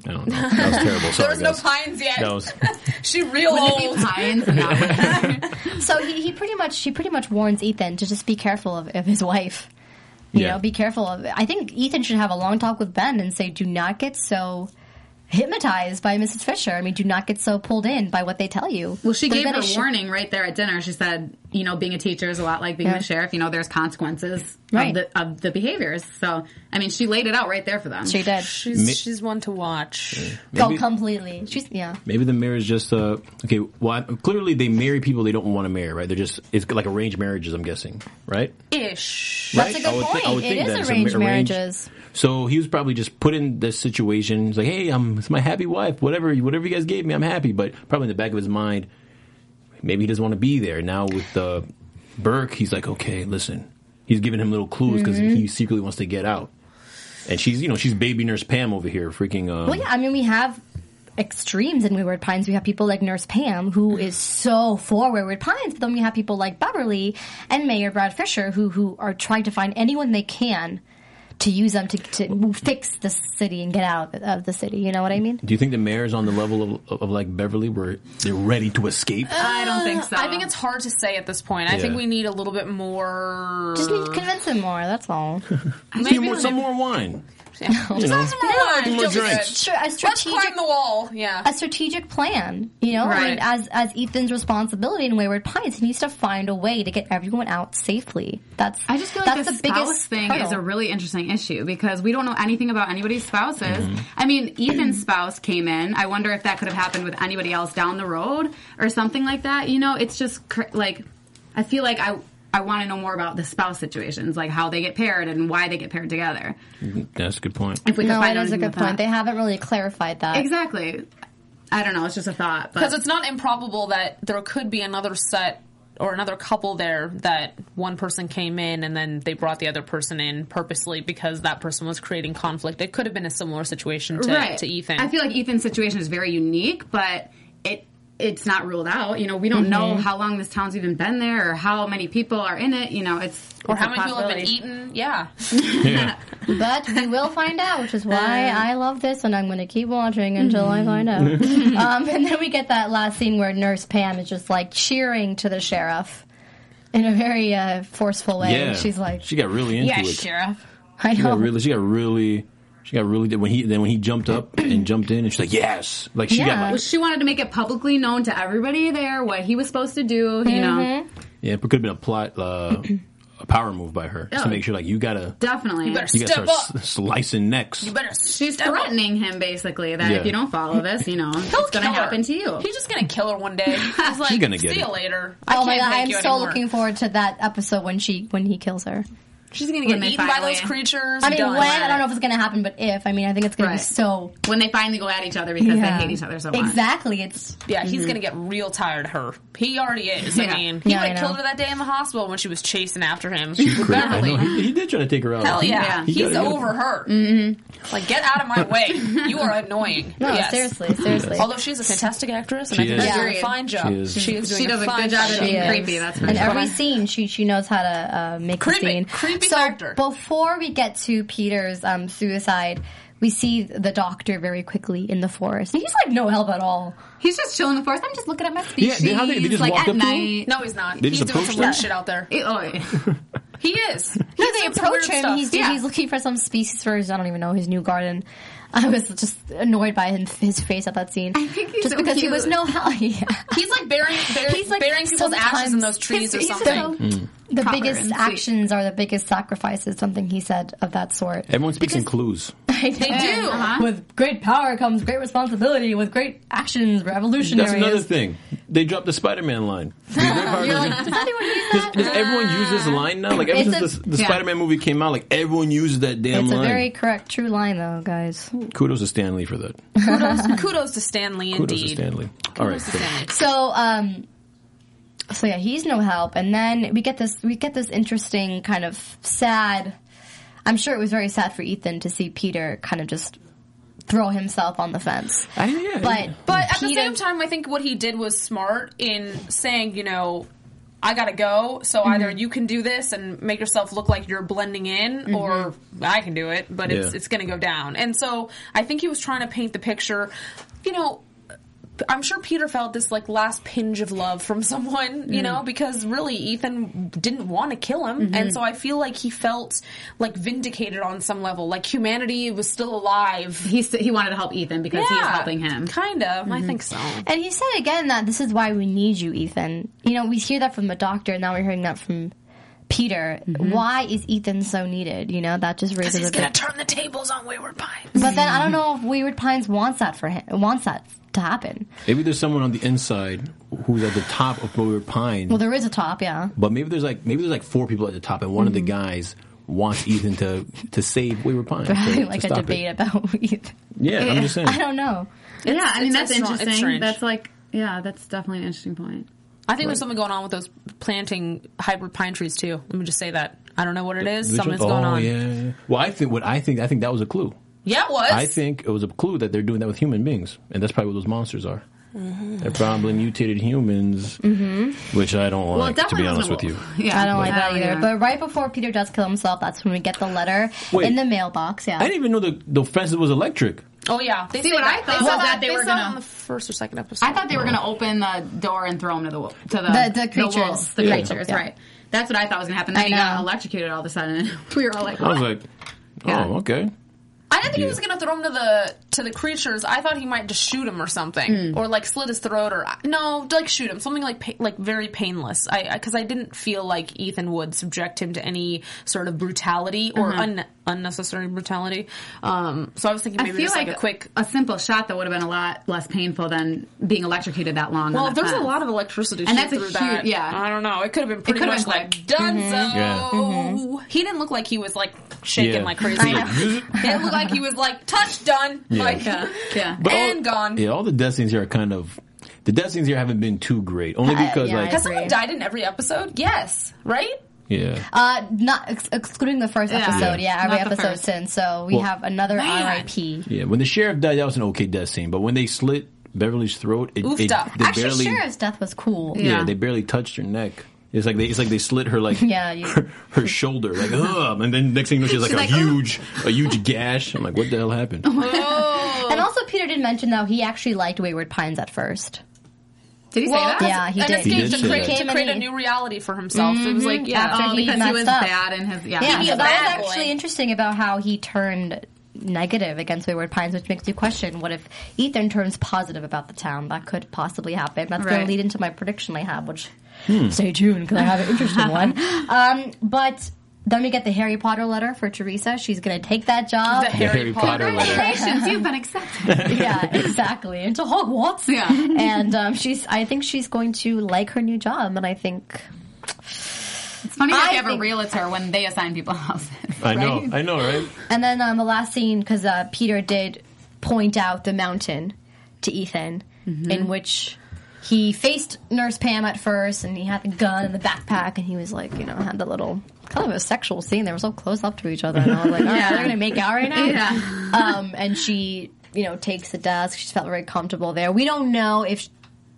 I don't know. That was terrible.
There
Sorry,
was no
guys.
pines yet.
That was
She real
Wouldn't it
old.
be pines? No.
so he, he pretty much she pretty much warns Ethan to just be careful of, of his wife. You
Yeah.
know, be careful of. I think Ethan should have a long talk with Ben and say, do not get so hypnotized by Mrs. Fisher. I mean, do not get so pulled in by what they tell you.
Well, she
They're
gave her
gonna sh-
warning right there at dinner. She said, you know, being a teacher is a lot like being
Yeah.
the sheriff. You know, there's consequences
Right.
of, the, of the behaviors. So, I mean, she laid it out right there for them.
She did.
Mi-
She's, she's one to watch.
Go
maybe-
completely. She's yeah.
Maybe the mayor is just uh okay. Well, I- clearly they marry people they don't want to marry, right? They're just it's like arranged marriages. I'm guessing, right?
Ish.
Right?
That's a
I
good
would
point.
think- I would think
it
that it's
is
a
arranged
ma- arranged-
marriages.
So he was probably just put in this situation. He's like, hey, I'm it's my happy wife. Whatever, whatever you guys gave me, I'm happy. But probably in the back of his mind, maybe he doesn't want to be there. Now with uh, Burke, he's like, okay, listen. He's giving him little clues because
Mm-hmm.
he secretly wants to get out. And she's, you know, she's baby nurse Pam over here, freaking. Um,
Well, yeah, I mean, we have extremes in Wayward Pines. We have people like Nurse Pam, who
Mm-hmm.
is so for Wayward Pines, but then we have people like Beverly and Mayor Brad Fisher, who who are trying to find anyone they can to use them to, to fix the city and get out of the city. You know what I mean?
Do you think the mayor is on the level of, of like Beverly, where they're ready to escape?
I don't think so.
I think it's hard to say at this point. Uh, I
Yeah.
think we need a little bit more.
Just
Mm.
need to convince them more. That's all.
Maybe more, some more wine. You know,
Some more wine.
more
You'll be
drinks.
good.
Sure, a
Let's
strategic
climb the wall. Yeah.
a strategic plan, you know, I mean,
Right.
as as Ethan's responsibility in Wayward Pines, he needs to find a way to get everyone out safely. That's
I just feel like
that's
the,
the
spouse
biggest
thing is
hurdle.
a really interesting issue because we don't know anything about anybody's spouses. I mean, Ethan's spouse came in. I wonder if that could have happened with anybody else down the road or something like that. You know, it's just cr- like I feel like I I want to know more about the spouse situations, like how they get paired and why they get paired together.
That's a good point.
If we could
No,
find
it
out
is a
anything
good
about
point. They
that.
haven't really clarified that.
exactly. I don't know. It's just a thought, but
Because it's not improbable that there could be another set or another couple there that one person came in and then they brought the other person in purposely because that person was creating conflict. It could have been a similar situation to, to Ethan.
I feel like Ethan's situation is very unique, but it it's not ruled out. You know, we don't know
Mm-hmm.
how long this town's even been there or how many people are in it. You know, it's
or
it's
how
a
many people have been
possibility.
eaten? Yeah.
Yeah.
But we will find out, which is why I love this, and I'm going to keep watching until I find out. um, and then we get that last scene where Nurse Pam is just like cheering to the sheriff in a very uh, forceful way.
yeah.
She's like,
she got really into it.
Sheriff.
I know.
Yeah, really, she got really. She got really when he then when he jumped up and jumped in and she's like yes like she
Yeah.
got like,
She wanted to make it publicly known to everybody there what he was supposed to do, you
Mm-hmm.
know.
yeah it could have been a plot uh, a power move by her just to
Oh.
make sure like you gotta
Definitely.
better
you gotta
step
start
up.
s- slicing necks
better
She's
step up.
threatening him basically that
Yeah.
if you don't follow this, you know, it's going to
kill her.
happen to you.
He's just gonna kill her one day. He's like,
gonna get
see
it.
you later.
Oh
I can't
my god,
take
I'm so
you anymore.
looking forward to that episode when she when he kills her.
She's gonna
When
get
they
eaten by
finally-
those creatures.
I mean,
Done.
when I don't know if it's gonna happen, but if I mean, I think it's gonna be
Right.
so.
When they finally go at each other because
yeah.
they hate each other so much.
Exactly, it's
Yeah, he's gonna get real tired of her. He already is. I
Yeah.
mean, he
Yeah, I
like
know.
killed her that day in the hospital when she was chasing after him.
Great. I know.
Beverly.
He, he did try to take her out
Hell
He-
yeah,
Yeah.
he
he's
got- he got-
over her. Mm-hmm. Like, get out of my way. You are annoying.
no,
Yes.
seriously, seriously.
Although she's a fantastic actress, and
She
I think
is.
she's doing
Yeah.
a fine job.
She is.
doing
She does a
fine
good job at
job.
being
Yes.
creepy. That's for
in
sure.
every scene, she she knows how to uh, make
Creepy.
the scene.
Creepy
so
factor.
before we get to Peter's um, suicide, we see the doctor very quickly in the forest. And he's like no help at all.
He's just chilling the forest. I'm just looking at my
Yeah,
species.
they- how they- they just
like
walked
at
up to him?
night.
No, he's not.
They
he's
just
doing some
approached
weird
her?
shit out there.
It- oh, yeah.
He is.
No,
He's
they
doing some
approach
weird
him.
stuff.
He's
Yeah.
he's looking for some species for his I don't even know his new garden. I was just annoyed by him, his face at that scene. I
think he's
just
so
because he
cute.
was no help. Yeah.
He's like burying, burying,
He's like
burying people's ashes in
sometimes-
those trees or
He's- he's
something.
so-
The
Proper and
biggest
sweet.
actions are the biggest sacrifices. Something he said of that sort.
everyone speaks in clues
They do.
Uh-huh.
With great power comes great responsibility. With great actions, revolutionaries.
that's another thing they dropped the Spider-Man line
Does anyone use
Does,
that?
does everyone use this line now? Like ever
It's
since
a-
the, the
yeah.
Spider-Man movie came out, like everyone uses that damn
It's a
line.
very correct, true line, though, guys.
Kudos to Stan Lee for that.
kudos, kudos to Stan Lee,
Kudos to
indeed.
Stan Lee. All right,
Kudos to
cool.
Stan Lee.
So, um, so yeah, he's no help, and then we get this, we get this interesting kind of sad. I'm sure it was very sad for Ethan to see Peter kind of just throw himself on the fence,
I didn't- yeah,
but
But at the
Peter-
same time, I think what he did was smart in saying, you know, I gotta go. So
Mm-hmm.
either you can do this and make yourself look like you're blending in,
Mm-hmm.
or I can do it, but it's
Yeah.
it's gonna go down. And so I think he was trying to paint the picture, you know. I'm sure Peter felt this like last pinch of love from someone,
Mm-hmm.
you know, because really Ethan didn't want to kill him, and so I feel like he felt like vindicated on some level, like humanity was still alive.
He's, he wanted to help Ethan because he was helping him. Mm-hmm.
kind of. I think so.
And he said again that this is why we need you, Ethan. You know, we hear that from the doctor, now we're hearing that from Peter.
Mm-hmm.
Why is Ethan so needed? You know, that just raises a big
turn the tables on Wayward Pines.
But then I don't know if Wayward Pines wants that for him. Wants that to happen.
maybe there's someone on the inside who's at the top of Boulder Pine,
Well, there is a top, yeah.
but maybe there's like maybe there's like four people at the top, and one of the guys wants Ethan to to save Wayward Pine.
We're
to-
having
to
like a
stop it. Hmm.
debate about Ethan.
Yeah, I'm just saying.
I don't know.
yeah, I mean,
it's-
that's
it's not- it's
interesting.
strange.
That's like, yeah, that's definitely an interesting point.
I think there's something going on with those planting hybrid pine trees too. Let me just say that. I don't know what it is.
Which
Something's
one-
going
oh,
on.
Yeah, yeah. Well, I think what I think I think that was a clue.
Yeah, it was.
I think it was a clue that they're doing that with human beings, and that's probably what those monsters are. They're probably mutated humans, which I don't
Well,
like.
it
to be
definitely
honest
wasn't a
with you,
wolf. Yeah,
I don't like
Oh,
that
don't
either.
either.
But right before Peter does kill himself, that's when we get the letter
Wait.
in the mailbox. Yeah.
I didn't even know the the fence was electric.
Oh yeah. They
See,
say
what
that.
I thought
they
was
said
that they were
said
gonna-
on the first or second episode.
I thought they were going to open the door and throw him to the wo- to the
The- the creatures.
wolves, the
Yeah.
creatures,
Yeah.
right? That's what I thought was going to happen. Then
I
he got
know.
electrocuted all of a sudden. We were all like,
I was
"What?"
like, oh,
Yeah.
okay.
I didn't think
Yeah.
he was going to throw him to the to the creatures. I thought he might just shoot him or something, or like slit his throat, or no, like shoot him, something like pa- like very painless. I because I didn't feel like Ethan would subject him to any sort of brutality or un- unnecessary brutality. Um, so I was thinking
I
maybe
feel
just
like,
like, a quick.
a simple shot that would have been a lot less painful than being electrocuted that long.
Well,
on the
Oh, there's a
fence.
lot of electricity
And
shoot
that's a
through
huge-
that.
yeah.
I don't know. It could have been pretty
could've
much
been
like
quick.
done.
Yeah.
So he didn't look like he was like shaking
Yeah.
like crazy.
I know.
he didn't look like he was like touch done. Like
Yeah, yeah.
But all-
and gone.
Yeah, all the death scenes here are kind of the death scenes here haven't been too great, only
I-
because
yeah,
like
I
Has someone
Agree.
died in every episode? Yes, right?
yeah.
Uh, not ex- excluding the first episode,
Yeah.
yeah, every
Not the
episode
first.
since. So we
Well-
have another
Man.
RIP.
yeah, when the sheriff died, that was an okay death scene. But when they slit Beverly's throat, it,
Oofed
it
up.
they
Actually,
barely
Sheriff's death was cool.
yeah.
Yeah.
they barely touched her neck. It's like they it's like they slit her like
Yeah, you-
her, her shoulder like ugh, and then next thing you know she has like
She's
a
like,
huge a huge gash. I'm like, what the hell happened?
And also, Peter did mention though he actually liked Wayward Pines at first.
Did he say that?
yeah, he
an
did.
escape
He did
to
say
create,
that.
to create a new reality for himself. It was like, yeah.
After
Oh,
he
because he
messed
was
up.
bad in his yeah.
Yeah,
Maybe
so
a
that
bad
was
boy.
actually interesting about how he turned negative against Wayward Pines, which makes you question what if Ethan turns positive about the town? That could possibly happen. That's going
Right.
to lead into my prediction I have, which stay tuned because I have an interesting one. Um, but then we get the Harry Potter letter for Teresa. She's going to take that job.
The Harry,
Harry
Potter,
Potter letter.
Congratulations, you've been accepted.
yeah, exactly. Into Hogwarts.
Yeah.
And um, she's. I think she's going to like her new job, and I think
It's funny that
I
they have a
think-
realtor when they assign people houses.
I know,
right?
I know, right?
And then um, the last scene, because uh, Peter did point out the mountain to Ethan,
Mm-hmm.
in which he faced Nurse Pam at first, and he had the gun and the backpack, and he was like, you know, had the little kind of a sexual scene. They were so close up to each other, and I was like, all right,
Yeah.
they're gonna make out right now.
Yeah.
Um, and she, you know, takes the desk. She felt very comfortable there. We don't know if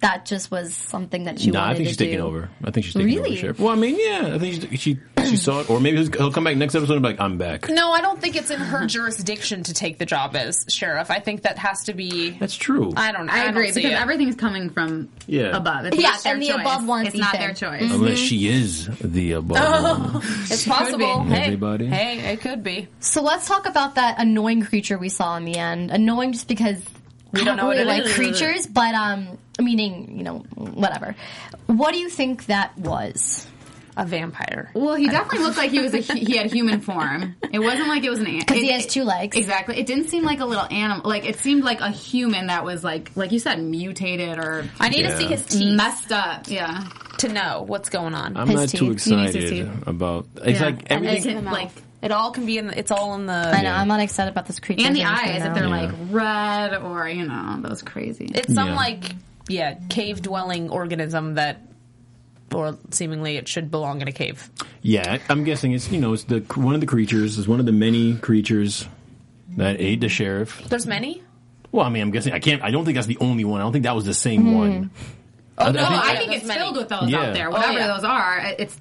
that just was something that she
No,
wanted
I think
to
she's
do.
taking over. I think she's taking
Really?
over ship. Well, I mean, yeah, I think she she, she saw it, or maybe he's- he'll come back next episode and be like, "I'm back."
No, I don't think it's in her jurisdiction to take the job as sheriff. I think that has to be.
That's true.
I don't.
I
don't
agree
see
because
it.
everything's coming from
Yeah.
above. Mm-hmm. It's
Yeah,
not their
and the
choice.
above one's
It's not their
Ethan.
choice.
Unless she is the above. one.
Oh.
It's
be.
possible. Hey,
Everybody.
hey, it could be.
So let's talk about that annoying creature we saw in the end. Annoying just because we
don't know what
really
it
like
is.
creatures, but um, meaning you know whatever. What do you think that was?
A vampire.
Well, he definitely looked like he was a hu- he had human form. It wasn't like it was an ant.
'Cause he has two legs.
Exactly. It didn't seem like a little animal. Like it seemed like a human that was like like you said mutated or
I need
Yeah.
to see his teeth
messed up. Yeah.
to know what's going on.
I'm
His
not too
teeth. You need to
excited
see.
about. It's
Yeah.
like
And
everything.
it's like
it all can be in. The, it's all in
I
the.
know I'm not excited about this creature.
and the
I'm just gonna
eyes
know.
if they're like red or you know those crazy.
It's some
Yeah.
like yeah cave dwelling organism that, or seemingly it should belong in a cave.
Yeah, I'm guessing it's you know it's the one of the creatures is one of the many creatures that ate the sheriff.
There's many.
Well, I mean, I'm guessing I can't. I don't think that's the only one. I don't think that was the same
Hmm.
one. I,
no,
Oh,
Yeah,
I think
there's
it's
many.
filled with those
Yeah.
out there.
Oh,
Whatever
yeah.
those are, it's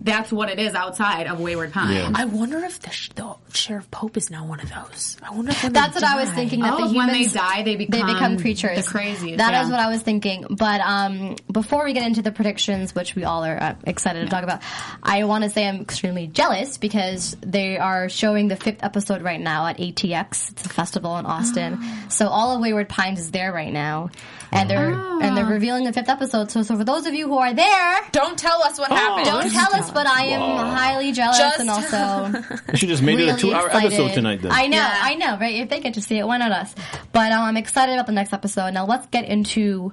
that's what it is outside of Wayward Pines.
Yeah.
I wonder if the, sh- the sheriff Pope is now one of those. I wonder if when
That's
they
what I was
die-
thinking. That
Oh,
the humans,
when they die, they become
creatures.
the craziest,
That is
yeah.
what I was thinking. But um, before we get into the predictions, which we all are uh, excited to talk about, I want to say I'm extremely jealous because they are showing the fifth episode right now at ATX. It's a festival in Austin, so all of Wayward Pines is there right now, and they're
Oh.
and they're revealing the fifth episode. So, so for those of you who are there.
Don't tell us
Oh,
what happened.
Don't tell us, but I am highly jealous
Just-
and also
You should just made it a
really
two hour
excited.
episode tonight. Then
I know,
Yeah.
I know, right? If they get to see it, why not us? But um, I'm excited about the next episode. Now let's get into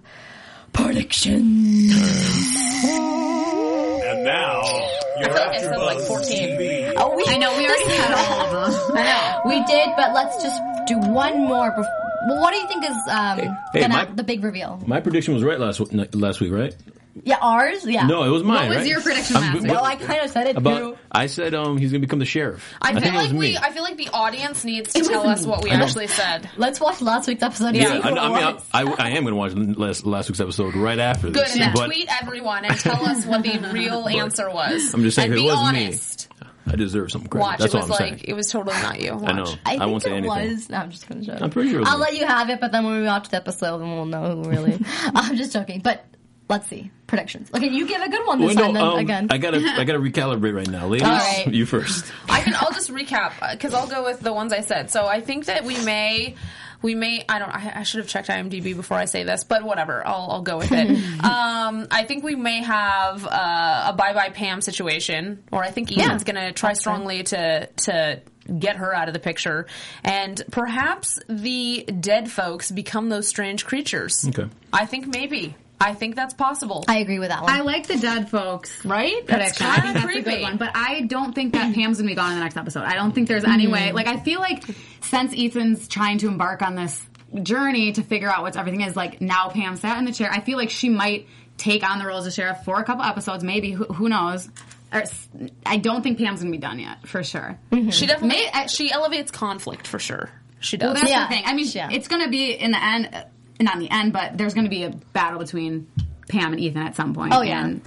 predictions.
And now, you're
I
after
said like
Buzz
14.
TV.
Oh, we,
I know we already had all of them.
we did, but let's just do one more. Before, well, what do you think is um,
hey,
gonna,
my-
the big reveal?
my prediction was right last w- last week, right?
Yeah, ours. Yeah.
No, it was mine.
was
right?
your prediction
I'm-
last
what-
week?
Oh, I kind of said it too.
about I said um he's gonna become the sheriff.
I feel
think it
like
was
we.
me.
I feel like the audience needs to tell us what we
I know.
actually said.
Let's watch last week's episode. and
Yeah,
see
I,
who
know- I mean,
it
I,
was.
I, I am gonna watch last last week's episode right after
Good.
this.
And then
but
tweet everyone and tell us what the real answer was.
I'm just saying,
and
if it
be
was
honest.
me, I deserve some credit.
Watch.
That's
it
all
was
I'm
like
saying.
it was totally not you. Watch.
I know.
I,
I,
think
won't say
it
anything.
was. No, I'm just gonna joke.
I'm pretty sure it was
I'll
me.
let you have it, but then when we watch the episode, then we'll know who really. I'm just joking, but let's see predictions. Okay, you give a good one this
Wait,
time. then,
um,
again,
I gotta I gotta recalibrate right now, ladies.
All right.
You first.
I can. I'll just recap because I'll go with the ones I said. So I think that we may, we may. I don't. I, I should have checked IMDb before I say this, but whatever. I'll, I'll go with it. um, I think we may have uh, a bye bye Pam situation, or I think Ethan's going to try strongly to to get her out of the picture, and perhaps the dead folks become those strange creatures.
Okay.
I think maybe. I think that's possible.
I agree with that one.
I like the dead folks.
right? That's
prediction. I think
kind of
that's a
creepy.
good one. But I don't think that Pam's gonna be gone in the next episode. I don't think there's any way.
Mm-hmm.
Like I feel like since Ethan's trying to embark on this journey to figure out what's everything is, like now Pam sat in the chair. I feel like she might take on the roles of sheriff for a couple episodes, maybe. Who, who knows? Or, s- I don't think Pam's gonna be done yet, for sure.
She definitely
May- I-
she elevates conflict for sure. She does.
Well, that's
Yeah.
the thing. I mean,
Yeah.
it's going to be in the end, uh, not in the end, but there's going to be a battle between Pam and Ethan at some point.
Oh, yeah.
and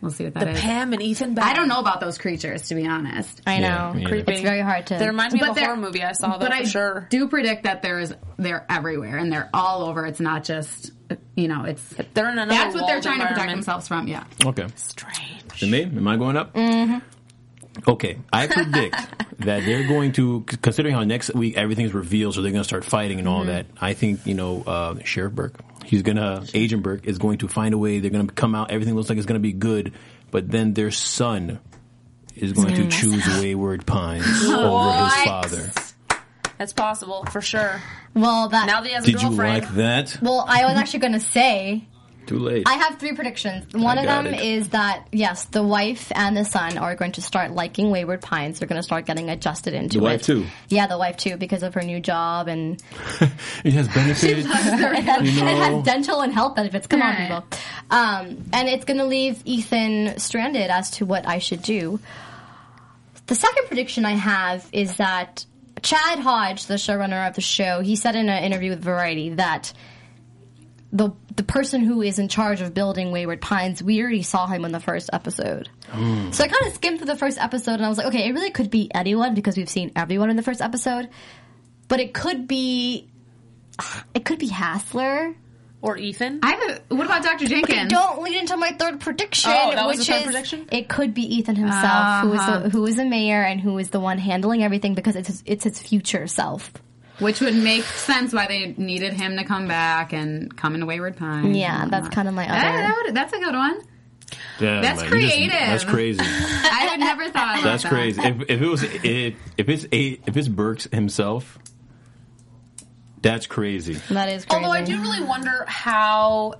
we'll see what that is.
Pam and Ethan.
I don't know about those creatures, to be honest.
I
Yeah,
know.
me neither.
It's very hard to.
They remind me of a
they're-
horror movie I saw. Though,
but
for
I
sure.
do predict that there is they're everywhere and they're all over. It's not just you know. It's
They're in another.
that's what they're
walled
trying to protect
environment.
themselves from. Yeah.
Okay.
Strange.
Am I, am I going up? Mm-hmm. Okay, I predict that they're going to, considering how next week everything's revealed, so they're going to start fighting and all that. I think you know uh, Sheriff Burke, he's gonna Agent Burke is going to find a way. They're going to come out. Everything looks like it's going to be good, but then their son is going to choose Wayward Pines over his
What?
father.
That's possible for sure.
Well, that.
Now that he has a
Did you
girlfriend,
like that?
well, I was actually going to say
Too late.
I have three predictions. One of
got
them is
it.
that yes, the wife and the son are going to start liking Wayward Pines. They're going to start getting adjusted into
The
it.
wife too.
Yeah, the wife too, because of her new job and
it has benefits.
it had,
You know.
it had dental and health benefits. Come
Right.
on, people. Um, and it's going to leave Ethan stranded as to what I should do. The second prediction I have is that Chad Hodge, the showrunner of the show, he said in an interview with Variety that the the person who is in charge of building Wayward Pines, we already saw him in the first episode. So I kind of skimmed through the first episode and I was like, okay, it really could be anyone because we've seen everyone in the first episode, but it could be it could be Hassler.
or Ethan.
I have a, what about Dr.
Okay,
Jenkins?
don't lead into my third prediction,
Oh, that was
which
the third
is
prediction? Uh-huh.
it could be Ethan himself, who is the, who is the mayor and who is the one handling everything because it's his, it's his future self.
Mm-hmm.
Which would make sense why they needed him to come back and come into Wayward Pine.
Yeah, that's kind of my other.
That, that would, that's a good one.
Damn,
That's
man, you just-
creative.
that's crazy.
I had never thought about
That's
that.
crazy. If, if it was if, if it's a, if it's Burks himself, that's crazy.
that is crazy.
Although I do really wonder how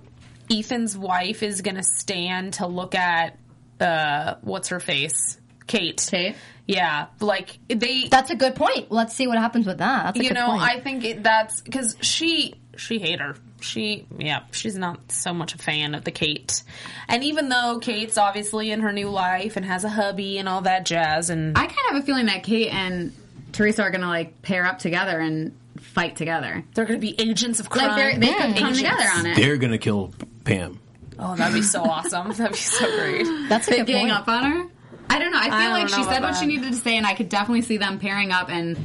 Ethan's wife is going to stand to look at uh, what's her face, Kate.
Kate?
Yeah, like they.
That's a good point. Let's see what happens with that. That's a
you
good
know,
point.
I think it, that's because she she hate her. She yeah, she's not so much a fan of the Kate. And even though Kate's obviously in her new life and has a hubby and all that jazz, and
I kind of have a feeling that Kate and Teresa are going to like pair up together and fight together.
they're going to be agents of crime.
Like they're, they could come
Agents.
together on it.
They're gonna kill Pam.
Oh, that'd be so awesome. That'd be so great.
That's a
They
good
gang
point.
up on her. I don't know. I feel
I don't
like she
know
said
about
what she
that.
needed to say, and I could definitely see them pairing up and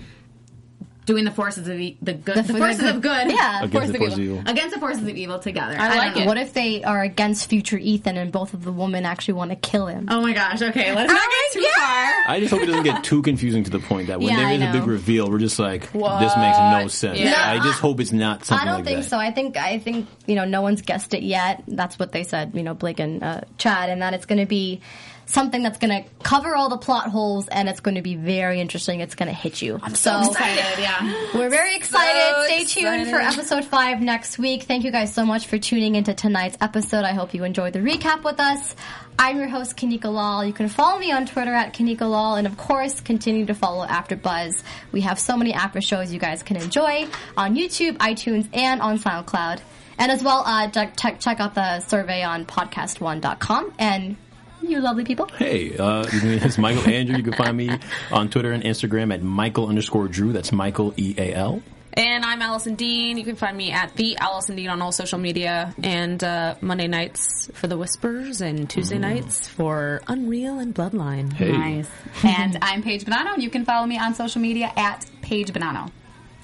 doing the forces of e- the good, the,
f-
forces
the-
of good,
yeah. Against
forces
the
of
forces of
evil.
Ah.
evil.
against the forces of evil together. I,
like
don't
it.
know.
What if they are against future Ethan and both of the women actually want to kill him?
Oh my gosh! Okay, let's not get too far.
I just hope it doesn't get too confusing to the point that when
Yeah,
there
I
is a big
know.
reveal, we're just like, this makes no sense.
Yeah.
I just hope it's not
I
something
don't
like
think
that.
so. I think I think you know no one's guessed it yet. That's what they said. You know, Blake and uh, Chad, and that it's going to be something that's going to cover all the plot holes, and it's going to be very interesting. It's going to hit you. I'm so,
Excited, yeah.
we're very excited.
So
Stay tuned for
excited.
episode five next week. Thank you guys so much for tuning into tonight's episode. I hope you enjoyed the recap with us. I'm your host, Kanika Lal. You can follow me on Twitter at Kanika Lal, and of course, continue to follow After Buzz. We have so many after shows you guys can enjoy on YouTube, iTunes, and on SoundCloud. And as well, uh, check, check check out the survey on podcast1.com. And you lovely people.
Hey, uh, you can- it's Michael Andrew. You can find me on Twitter and Instagram at Michael underscore Drew. That's Michael E A L.
And I'm Allison Dean. You can find me at the Allison Dean on all social media and uh, Monday nights for The Whispers and Tuesday nights for Unreal and Bloodline.
Hey.
Nice. and I'm Paige Bonanno, and you can follow me on social media at Paige Bonanno.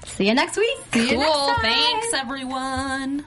See you next week. See
Cool. Thanks, everyone.